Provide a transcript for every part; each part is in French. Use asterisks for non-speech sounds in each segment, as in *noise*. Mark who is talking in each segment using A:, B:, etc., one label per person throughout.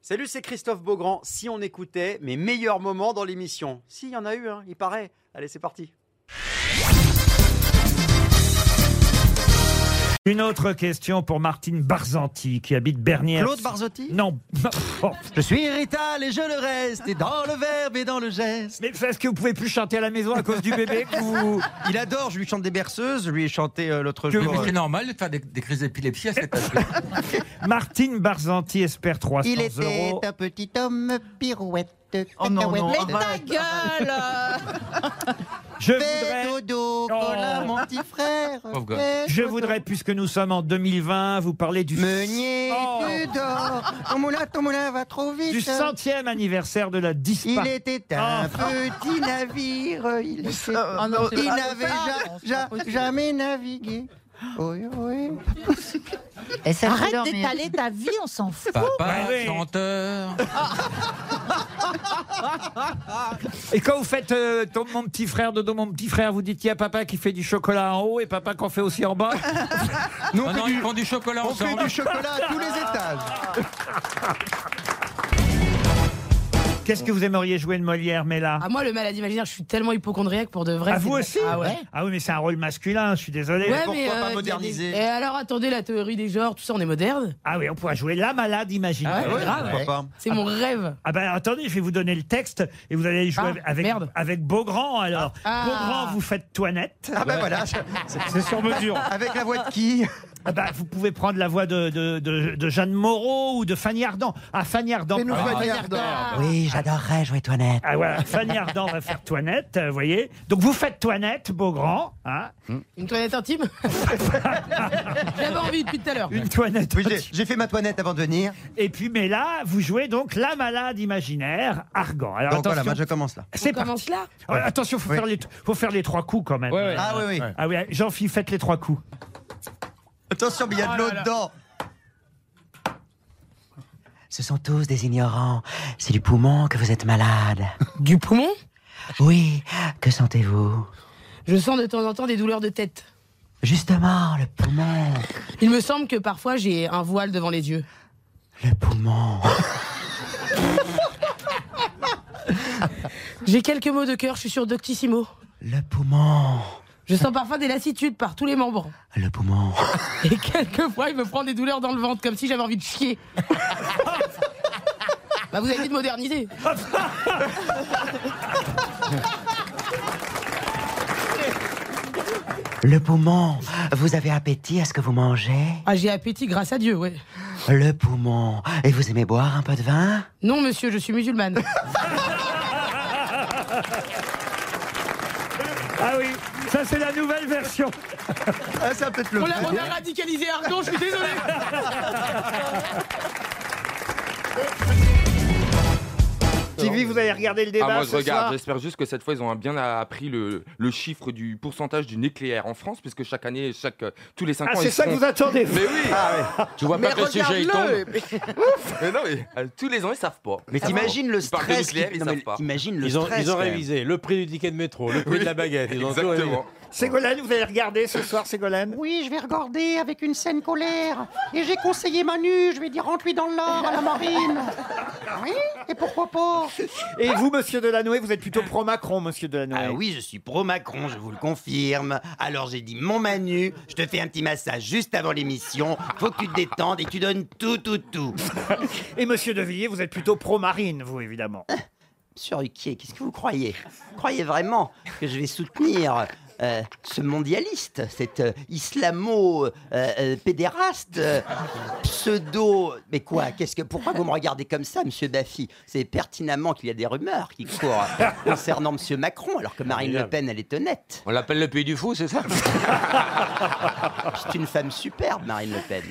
A: Salut, c'est Christophe Beaugrand. Si on écoutait mes meilleurs moments dans l'émission. Si, il y en a eu, hein, il paraît. Allez, c'est parti.
B: Une autre question pour Martine Barzanti, qui habite Bernière.
C: Claude Barzotti
B: Non. *laughs* Oh,
C: Je suis irritable et je le reste, et dans le verbe et dans le geste.
B: Mais est-ce que vous pouvez plus chanter à la maison à cause du bébé que vous...
C: Il adore, je lui chante des berceuses, je lui ai chanté euh, l'autre
D: Mais
C: jour. euh,
D: c'est normal de faire des, des crises d'épilepsie à cet âge.
B: *laughs* Martine Barzanti espère 300
E: Il était
B: euros.
E: un petit homme pirouette.
F: Oh non,
E: cacahuète,
F: non,
E: mais
F: ah bah,
E: ta
F: Ah
E: gueule euh.
B: Je
E: Fais
B: voudrais, Oh.
E: dodo, voilà mon petit frère
D: Pauvre gosse.
E: Fais
B: je
E: dodo.
B: voudrais, puisque nous sommes en 2020, vous parler du,
E: Meunier,
B: Oh.
E: tu dors Ton moulin, ton moulin va trop vite
B: du centième anniversaire de la
E: Il
B: disparition.
E: était un
B: Oh.
E: petit navire, il, était-
F: Ah non, c'est
E: il
F: pas Ah,
E: n'avait
F: possible.
E: ja- ja- jamais navigué. Oui, oui.
G: Arrête d'étaler ta vie, on s'en fout.
D: Papa,
B: bah Ouais.
D: chanteur.
B: Et quand vous faites euh, ton, mon petit frère, dodo mon petit frère, vous dites il y a papa qui fait du chocolat en haut et papa qui en fait aussi en
F: *laughs*
B: bas.
C: nous, on fait
D: Non, Ah non,
C: du-
D: ils font du chocolat
C: on fait
D: ensemble.
H: Ah,
C: du chocolat à tous les étages.
B: Qu'est-ce que vous aimeriez jouer de Molière, Mela
F: Ah, moi, le malade imaginaire, je suis tellement hypochondriaque pour de vrai.
B: À
F: c'est-
B: vous aussi
F: Ah ouais.
B: Ah oui, mais c'est un rôle masculin, je suis désolé.
F: Ouais,
C: pourquoi
F: mais,
C: pas
F: il y a des-
C: moderniser
F: Et alors, attendez, la théorie des genres, tout ça, on est moderne.
B: Ah oui, on pourrait jouer la malade imaginaire.
F: Ah ouais, grave.
C: Pourquoi pas
F: C'est mon rêve.
B: Ah ben attendez, je vais vous donner le texte et vous allez jouer
F: Ah,
B: avec,
F: merde.
B: avec Beaugrand alors.
F: Ah.
B: Beaugrand, vous faites Toinette.
C: Ah ben voilà, je-
B: C'est sur mesure.
C: avec la voix de qui
B: Ah ben, vous pouvez prendre la voix de, de, de- de Jeanne Moreau ou de Fanny Ardant. Ah, Fanny Ardant.
C: Fais-nous
B: Ah,
C: Fanny Ardant.
E: Oui, j'adorerais jouer Toinette.
B: ah, voilà, Fanny Ardant va faire Toinette, euh, vous voyez. Donc vous faites Toinette, Beaugrand. hein.
F: Une toilette intime *laughs* J'avais envie depuis tout à l'heure.
B: une Toinette.
C: Oui, j'ai- j'ai fait ma toinette avant de venir.
B: Et puis, mais là, vous jouez donc la malade imaginaire, Argan. Alors
C: Donc voilà,
B: attention,
C: moi je commence là.
B: c'est
F: On commence là
B: parti. Ah, attention, faut,
C: Oui.
B: faire les, faut faire les trois coups quand même.
C: Ah oui, oui.
B: Ah oui, Jean-Philippe, faites les trois coups.
C: Attention, mais il y a de l'eau dedans.
E: Ce sont tous des ignorants. C'est du poumon que vous êtes malade.
F: Du poumon
E: Oui, que sentez-vous
F: Je sens de temps en temps des douleurs de tête.
E: Justement, le poumon.
F: Il me semble que parfois j'ai un voile devant les yeux.
E: Le poumon.
F: J'ai quelques mots de cœur, je suis sur Doctissimo.
E: Le poumon.
F: Je sens parfois des lassitudes par tous les membres.
E: Le poumon.
F: Et quelquefois, il me prend des douleurs dans le ventre, comme si j'avais envie de chier. bah, vous avez dit de moderniser.
E: Le poumon. Vous avez appétit à ce que vous mangez
F: Ah, j'ai appétit grâce à Dieu, ouais.
E: Le poumon. Et vous aimez boire un peu de vin
F: Non, monsieur, je suis musulmane.
B: Ah oui, ça c'est la nouvelle version.
C: Ah, ça peut être le
F: On l'a, on a radicalisé Argon, je suis désolé.
B: Stevie, vous allez regarder le débat
H: Ah, moi, je
B: ce
H: regarde.
B: soir
H: J'espère juste que cette fois, ils ont bien appris le, le chiffre du pourcentage du nucléaire en France, puisque chaque année, chaque, tous les 5
B: Ah,
H: ans,
B: c'est
H: ils
B: ça que
H: seront-
B: vous Ah, attendez vous.
H: Mais oui Tu vois pas que le sujet, il tombe mais non, mais, euh, Tous les ans, ils savent pas.
A: Mais t'imagines le
H: Ils parlent de
A: stress.
H: nucléaire,
A: qui-
H: ils
A: non, mais
H: savent pas.
A: T'imagines le
I: Ils ont,
A: stress.
I: ils ont
A: quand même.
I: révisé le prix du ticket de métro, le prix
H: Oui,
I: de la baguette. Ils ont tout révisé.
H: Exactement.
B: Ségolène, vous allez regarder ce soir, Ségolène
E: Oui, je vais regarder avec une saine colère. Et j'ai conseillé Manu, je vais dire rentre-lui dans l'or à la marine. Oui, et pourquoi pas
B: Et vous, monsieur Delanoë, vous êtes plutôt pro-Macron, monsieur Delanoë.
C: Ah oui, je suis pro-Macron, je vous le confirme. Alors j'ai dit, mon Manu, je te fais un petit massage juste avant l'émission. Faut que tu te détendes et tu donnes tout, tout, tout.
B: Et monsieur De Villiers, vous êtes plutôt pro-Marine, vous, évidemment.
E: Sur Ruquier, qu'est-ce que vous croyez Vous croyez vraiment que je vais soutenir euh, ce mondialiste, cet euh, islamo-pédéraste euh, pseudo... Mais quoi Qu'est-ce que Pourquoi vous me regardez comme ça, monsieur Baffy C'est pertinemment qu'il y a des rumeurs qui courent concernant monsieur Macron, alors que Marine Le Pen, elle est honnête.
D: On l'appelle le pays du
H: *laughs*
D: fou, c'est ça
E: C'est une femme superbe, Marine Le Pen.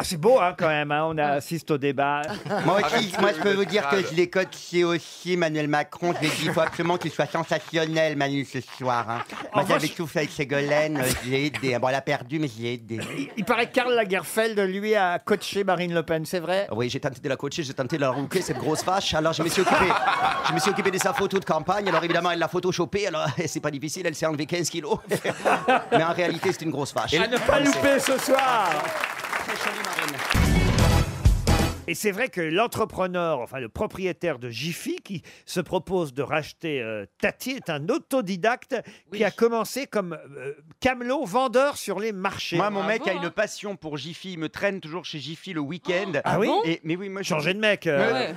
B: Ah, c'est beau, hein, quand même, hein, on assiste au débat.
E: Moi,
H: Arrêtez
E: aussi, moi je peux
H: de
E: vous dire que
H: décrade.
E: je les cote, c'est aussi Emmanuel Macron. Je lui ai dit, il faut absolument qu'il soit sensationnel, Manu, ce soir. Hein. Moi, j'avais tout fait avec Ségolène, euh, je l'ai aidé. Bon, elle a perdu, mais je l'ai aidé.
B: Il paraît que Karl Lagerfeld, lui, a coaché Marine Le Pen, c'est vrai
E: Ah Oui, j'ai tenté de la coacher, j'ai tenté de la rouquer, cette grosse vache. Alors, je me suis occupé, je me suis occupé de sa photo de campagne. Alors, évidemment, elle l'a photoshopée. Alors, *laughs* c'est pas difficile, elle s'est enlevée 15 kilos. *laughs* mais en réalité, c'est une
J: Ah,
K: Ah,
E: grosse vache.
B: À ne pas louper ce soir Et c'est vrai que l'entrepreneur, enfin le propriétaire de Jiffy, qui se propose de racheter euh, Tati, est un autodidacte qui a commencé comme euh, camelot vendeur sur les marchés.
A: Moi, mon mec a une passion pour Jiffy. Il me traîne toujours chez Jiffy le week-end.
B: Ah oui bon
A: Et- Mais oui, moi, je-
B: Changer de mec. euh.
A: Ouais.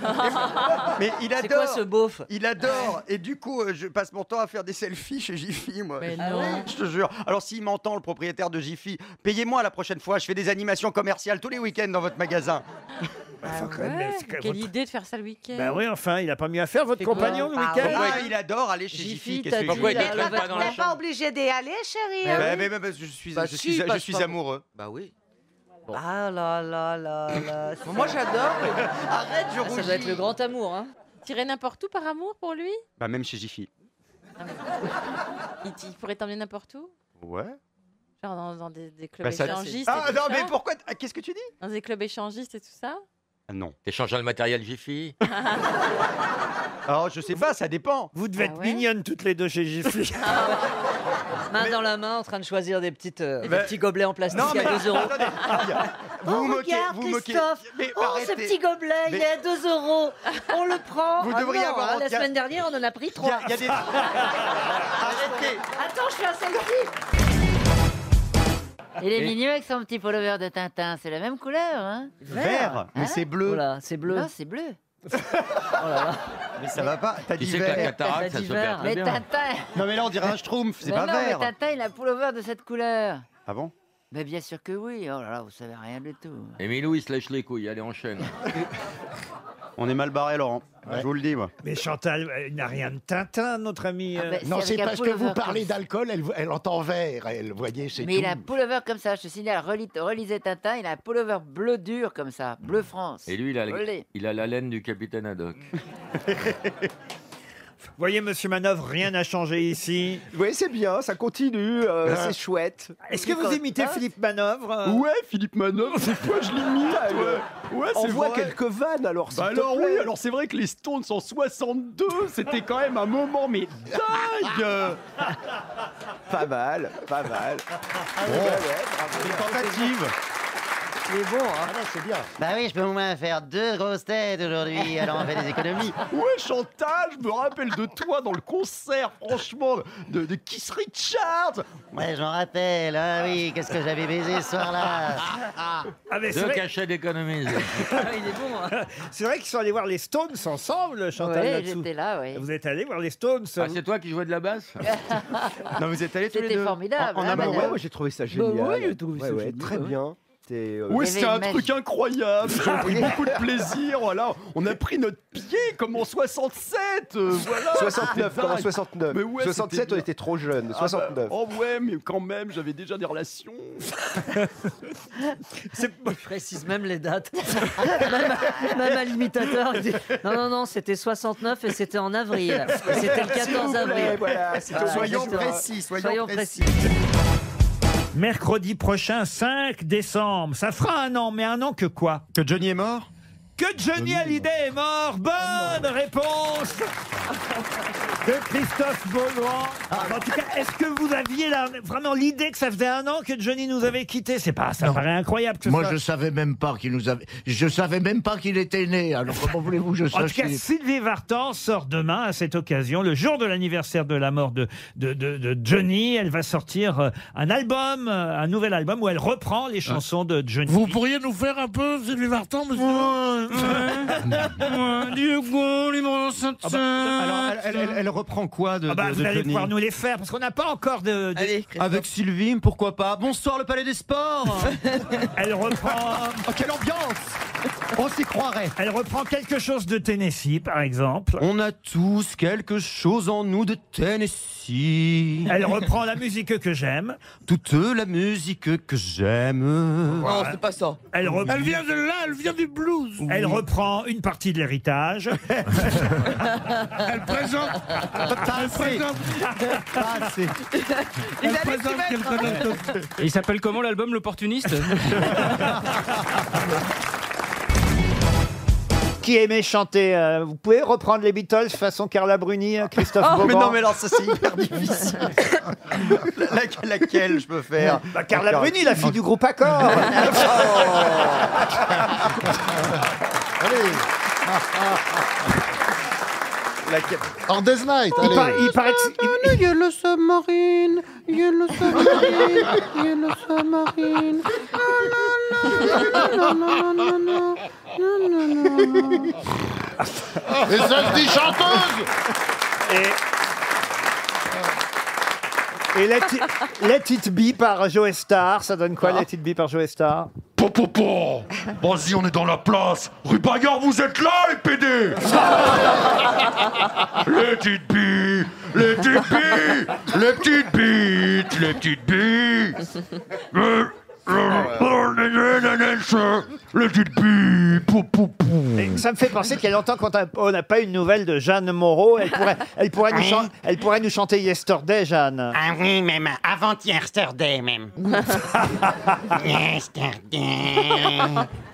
A: Mais il adore.
E: beauf
A: Il adore. Et du coup, euh, je passe mon temps à faire des selfies chez Jiffy, moi.
E: Mais
A: Ah
E: non.
A: ouais, je te jure. Alors, s'il m'entend, le propriétaire de Jiffy, payez-moi la prochaine fois. Je fais des animations commerciales tous les week-ends dans votre magasin.
B: même,
K: Ouais,
B: c'est quand même
K: quelle
B: votre-
K: idée de faire ça le week-end.
B: Ben oui, enfin, il n'a pas mieux à faire, votre compagnon, le
A: Ah,
B: week-end
A: ouais, il adore aller chez Jiffy. qu'est-ce que-
E: Pourquoi il
A: Mais
E: te traîne pas dans la
L: T'es pas
E: chambre
L: obligé d'y aller, chérie.
A: Mais-
L: hein
A: Ah, mais- mais- mais je suis,
E: Bah
A: je
E: si,
A: suis- je
E: passe
A: suis
E: pas-
A: amoureux.
E: Bah oui.
L: Ah là là là là.
E: Bon, moi, j'adore.
L: Arrête,
K: je
E: Ça doit être le grand amour. Hein.
K: Tirer n'importe où par amour pour lui
A: Bah, même chez Jiffy.
K: il, t- il pourrait t'emmener n'importe où
A: Ouais.
K: Genre dans, dans des, des clubs
A: Bah, ça-
K: échangistes.
A: Ah,
K: et tout
A: non,
K: ça
A: mais pourquoi t- ah, Qu'est-ce que tu dis
K: Dans des clubs échangistes et tout ça
A: Non.
D: T'échanges le
B: *laughs*
D: matériel Jiffy
A: Alors, je sais pas, ça dépend.
B: Vous
K: Ah
B: devez être mignonnes toutes les deux chez Jiffy.
E: Main dans la main, en train de choisir des, petites, euh,
A: Mais-
E: des petits gobelets en plastique
A: Non, mais-
E: à 2 euros.
A: Vous vous moquez, vous vous moquez. Mais
L: oh, ce
A: arrêtez.
L: petit gobelet,
A: Mais-
L: il est à 2
K: *laughs*
L: euros. On le prend.
A: Vous
L: Ah
A: devriez
L: non,
A: avoir
L: hein,
A: honte,
L: La
A: y a-
L: semaine dernière, on en a pris 3. *laughs*
A: Il y a des- Ah, Arrêtez
L: Attends, je fais un selfie.
M: Il est
A: Et-
M: mignon avec son petit pullover de Tintin, c'est la même couleur, hein
J: ah,
A: Vert, mais c'est bleu.
E: Voilà, c'est bleu.
M: Non, c'est bleu.
A: Mais ça va pas, t'as
D: Tu
A: dit
D: sais que la
A: vert.
D: cataracte, ça se perd très
M: mais
D: bien.
M: Tintin
A: Non mais là on dirait un schtroumpf, c'est
M: Mais
A: Ah, pas
M: non,
A: vert.
M: mais Tintin, il a un pullover de cette couleur.
A: Ah bon Eh
M: Mais bien sûr que oui. Oh là là, vous savez rien du tout.
D: Emilou, il se lèche les couilles, allez, enchaîne.
A: On est mal barré Laurent, je vous le dis moi.
B: Mais Chantal, euh, il n'a rien de Tintin, notre ami.
K: Ah,
B: euh.
M: ben,
N: Non,
M: C'est
N: c'est
M: avec un
N: parce que vous
M: pullover
N: parlez
M: comme-
N: d'alcool, elle, elle entend vert, elle, voyez, c'est
M: Mais il
N: tout.
M: a un pullover comme ça, je te signale, relis- relisez Tintin, il a un pullover bleu dur comme ça, bleu France.
D: Mm. Et lui, il a,
M: Olé.
D: il a la laine du capitaine Haddock.
B: Vous voyez, monsieur Manœuvre, rien n'a changé ici.
J: Oui, c'est bien, ça continue,
N: Hein
J: euh, c'est chouette.
B: Est-ce que vous imitez Philippe Manœuvre euh
J: Ouais, Philippe
O: *laughs*
J: Manœuvre, c'est quoi je l'imite euh,
C: Ah, Ouais, c'est
J: Envoie
C: vrai.
J: quelques vannes alors, s'il
C: Bah
J: te
C: alors
J: plaît.
C: oui, alors c'est vrai que les Stones en 62, c'était quand même un moment mais dingue
J: Pas mal, pas mal.
C: Bon.
J: tentatives.
E: C'est bon, hein.
N: c'est bien.
O: Bah oui, je peux au moins faire deux grosses têtes aujourd'hui, alors on fait
N: *laughs*
O: des économies.
C: Ouais, Chantal, je me rappelle de toi dans le concert, franchement, de, de Kiss Richard
O: Ouais, j'en rappelle, ah oui, qu'est-ce que j'avais baisé ce soir-là
B: Ah, mais c'est
D: Deux
B: vrai-
D: cachets d'économies.
E: il est bon. hein.
B: C'est vrai qu'ils sont allés voir les Stones ensemble, Chantal.
M: Ouais,
B: là-dessous.
M: j'étais là, oui.
B: Vous êtes allés voir les Stones.
D: Ah, c'est toi qui jouais de la basse
A: Non vous êtes allés tous les
M: C'était
A: deux.
M: formidable.
A: En- en
M: hein,
A: amont.
J: Bah ouais,
M: madame
J: moi j'ai trouvé ça génial.
M: Bah oui, j'ai trouvé
J: Ouais,
M: ça
J: ouais,
M: génial,
J: Très
M: ouais.
J: bien. T'es, euh,
C: Ouais,
M: Il y
C: c'était
M: avait
C: un
M: une
C: truc incroyable. J'ai
M: *laughs*
C: pris beaucoup de plaisir. Voilà, on a pris notre pied comme en 67. euh, voilà.
J: 69,
C: C'était
J: comme en
C: dingue.
J: 69.
C: Mais ouais,
J: 67,
C: c'était
J: on
C: bien.
J: était trop jeunes.
C: Ah
J: 69.
C: bah, oh ouais, mais quand même, j'avais déjà des relations.
B: Ah,
E: Je précise même les dates. *laughs* même, même à l'imitateur. il dit, Non, non, non, c'était 69 et c'était en avril. Et C'était le 14
J: S'il vous plaît,
E: avril.
J: voilà, c'est
E: Voilà,
J: tout.
A: Soyons
E: exactement.
A: précis, soyons
E: précis.
B: *laughs* Mercredi prochain, 5 décembre. Ça fera un an, mais un an que quoi
A: Que Johnny est mort
B: Que Johnny Hallyday est mort
N: Ah
B: Bonne réponse de Christophe Beaugrand.
N: Ah.
B: En tout cas, est-ce que vous aviez la- vraiment l'idée que ça faisait un an que Johnny nous avait quittés C'est pas, ça paraît incroyable que ce
N: Moi,
B: soit-
N: je savais même pas qu'il nous avait. Je savais même pas qu'il était né. Alors comment voulez-vous que je
B: En
N: sache
B: tout cas,
N: qu'il-
B: Sylvie Vartan sort demain à cette occasion, le jour de l'anniversaire de la mort de, de, de- de Johnny. Elle va sortir euh, un album, euh, un nouvel album où elle reprend
N: Ah.
B: les chansons de Johnny.
P: Vous pourriez nous faire un peu, Sylvie Vartan, monsieur *laughs*
B: Ah bah, alors, elle- elle- elle- elle
P: reprend quoi de,
B: Ah bah, vous allez pouvoir nous les faire parce qu'on n'a pas encore de. de-
P: Avec Sylvie, pourquoi pas Bonsoir le Palais des Sports
B: *laughs*
P: Oh,
B: Elle
P: *laughs*
B: reprend.
P: Quelle ambiance On s'y croirait
B: Elle reprend quelque chose de Tennessee, par exemple.
P: On a tous quelque chose en nous de Tennessee.
B: Elle reprend la musique que j'aime.
P: Toute la musique que j'aime.
B: Non, c'est
P: pas ça.
B: Elle reprend.
P: Elle vient de là, elle vient du blues.
B: Elle reprend une partie de l'héritage.
P: Elle présente. Elle présente. Elle présente quelqu'un d'autre.
Q: Et il s'appelle comment l'album L'opportuniste
B: Qui aimait chanter euh, Vous pouvez reprendre les Beatles façon Carla Bruni, euh, *laughs* Christophe Beaugrand
A: Mais non mais alors ça c'est hyper difficile. La- laquelle je peux faire
R: *laughs*
B: Bah, Carla Bruni, la fille du groupe Accor.
C: En Death Night, allez.
R: il paraît que...
S: Yellow Submarine, Yellow Submarine, Yellow Submarine. Non, non, non, non, non, non, non, non, non.
C: Et ça se dit chanteuse
K: Et Let It, Let It Be par Joe Star, ça donne quoi Let It Be par Joe Star
T: Popopo Vas-y, on est dans la place Rue Bayard, vous êtes là, les PD Les petites billes Les petites billes Les petites billes Les petites billes Euh, euh, Les petites billes
K: Et Ça me fait penser qu'il y a longtemps qu'on t'a- on n'a pas eu de nouvelles de Jeanne Moreau. Elle pourrait, elle pourrait, nous,
U: Oui.
K: chan- elle pourrait nous chanter Yesterday, Jeanne.
U: Ah oui, même avant-hier,
S: *laughs*
U: yesterday même. yesterday,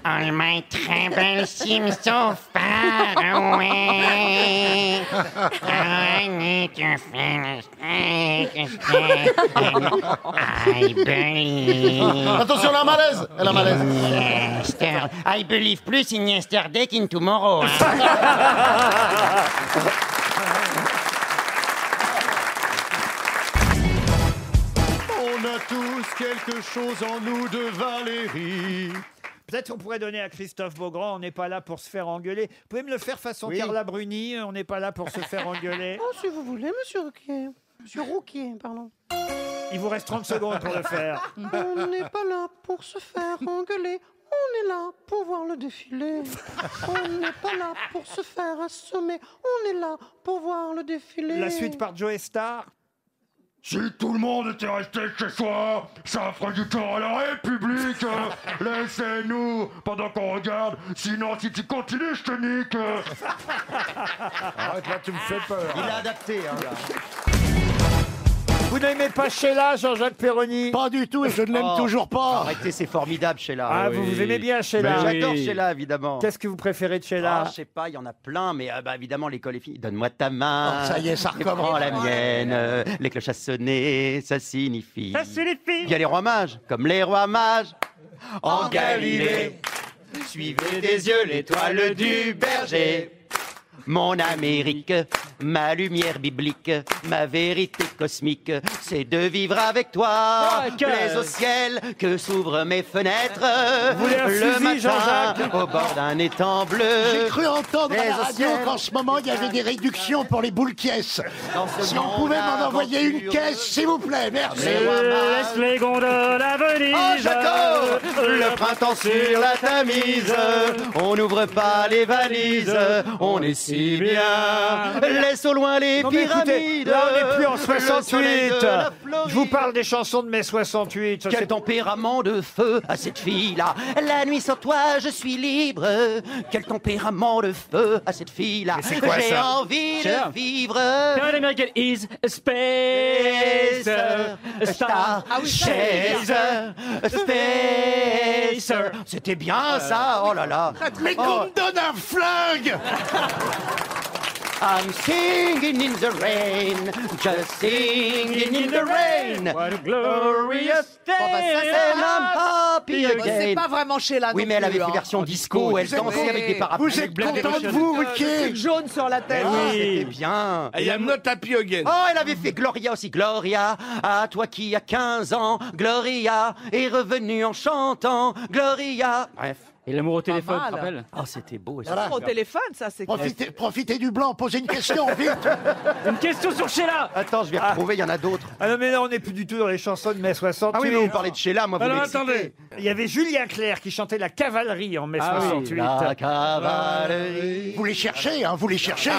U: on my trouble seems so far away. I need to finish yesterday. I believe.
C: Attention, elle a un malaise Elle a un malaise
U: Yester- I believe plus in yesterday qu'in tomorrow. hein.
C: On a tous quelque chose en nous de Valérie.
K: Peut-être qu'on pourrait donner à Christophe Beaugrand, on n'est pas là pour se faire engueuler. Vous pouvez me le faire façon Carla Bruni, euh, on n'est pas là pour se faire engueuler.
S: Oh, *laughs* si vous voulez, monsieur Roquet. Monsieur Roquet, pardon.
K: Il vous reste 30 secondes pour le faire.
S: On n'est pas là pour se faire engueuler. On est là pour voir le défilé. On n'est pas là pour se faire assommer. On est là pour voir le défilé.
K: La suite par Joe Star.
T: Si tout le monde était resté chez soi, ça ferait du tort à la
K: *laughs*
T: République. euh. Laissez-nous pendant qu'on regarde, sinon si tu continues, je te nique. euh.
C: Arrête, là, tu me fais peur.
E: Il a adapté. hein.
K: Vous n'aimez pas Sheila, Jean-Jacques Perroni
C: Pas du tout, et je ne l'aime
E: Oh,
C: toujours pas.
E: Arrêtez, c'est formidable, Sheila.
K: Ah, vous vous aimez bien Sheila
B: Ben
E: Mais J'adore Sheila, évidemment.
K: Qu'est-ce que vous préférez de
E: Ah,
K: Sheila
E: je sais pas, il y en a plein, mais euh, bah, évidemment, l'école est finie. Donne-moi ta main.
C: Oh, ça y est, ça
E: et prends
C: recommence.
E: la mienne. euh, Les cloches à sonner, ça signifie.
A: Ah,
K: Ça signifie.
E: Il y a les rois mages, comme les rois mages. En Galilée, suivez des yeux l'étoile du berger. Mon Amérique, ma lumière biblique, ma vérité cosmique, c'est de vivre avec toi.
K: Ouais, que-
E: Plaise au ciel que s'ouvrent mes fenêtres.
K: Vous voulez un
E: le
K: fusil,
E: matin,
K: Jean-Jacques
E: au bord d'un étang bleu.
C: J'ai cru entendre à
E: Les
C: la radio
E: anciennes-
C: qu'en ce moment, il y avait des réductions pour les boules caisses.
E: Dans ce
C: Si on
E: monde
C: pouvait m'en envoyer une
E: aventureux.
C: caisse, s'il vous plaît, merci.
E: Les rois mages.
B: les gondoles à Venise.
E: Oh, j'adore le printemps sur la Tamise. On n'ouvre pas les valises, on est si bien. Laisse au loin les
K: Non, mais écoutez,
E: pyramides.
K: là on n'est plus en
E: le soleil
K: 68
E: de la Floride.
K: Je vous parle des chansons de mai 68. ça,
E: Quel
K: c'est-
E: tempérament de feu à cette fille-là. La nuit sans toi, je suis libre. Quel tempérament de feu à cette fille-là.
B: quoi,
E: J'ai
B: ça
E: envie
B: Cher.
E: de vivre.
B: Now the American is a space star.
E: Star,
B: Ah
E: Ah chaser, spacer. C'était bien ça, oh là là.
C: Mais qu'on me donne un flingue
E: I'm singing in the rain, just singing in the rain.
B: What a glorious day.
V: Bon, bah, ça, c'est
E: And I'm happy
V: Bah, C'est
E: again.
V: pas vraiment chez la
E: Oui, mais elle avait fait version disco, elle dansait avec des parapluies.
C: Vous êtes content de vous, Riquet
V: jaune sur la tête.
E: Ah, C'était bien.
W: I am not happy again.
E: Oh, elle avait fait Gloria aussi. Gloria, à toi qui a 15 ans. Gloria est revenue en chantant. Gloria. Bref.
B: Et l'amour au téléphone,
D: mal.
B: tu te rappelles
E: Oh, c'était beau. ça.
D: Au téléphone, ça, c'est
C: Profitez, profitez du blanc, posez une question, vite
B: Une question sur Sheila
E: Attends, je vais retrouver, il y en a d'autres.
K: Ah non, mais là, on n'est plus du tout dans les chansons de mai 68.
E: Ah oui, mais vous parlez de Sheila, moi, vous
W: Alors
E: m'excitez.
W: attendez,
K: Il y avait Julien Clerc qui chantait La cavalerie en mai
B: Ah oui,
K: 68.
E: La cavalerie.
C: Vous les cherchez, hein, vous les cherchez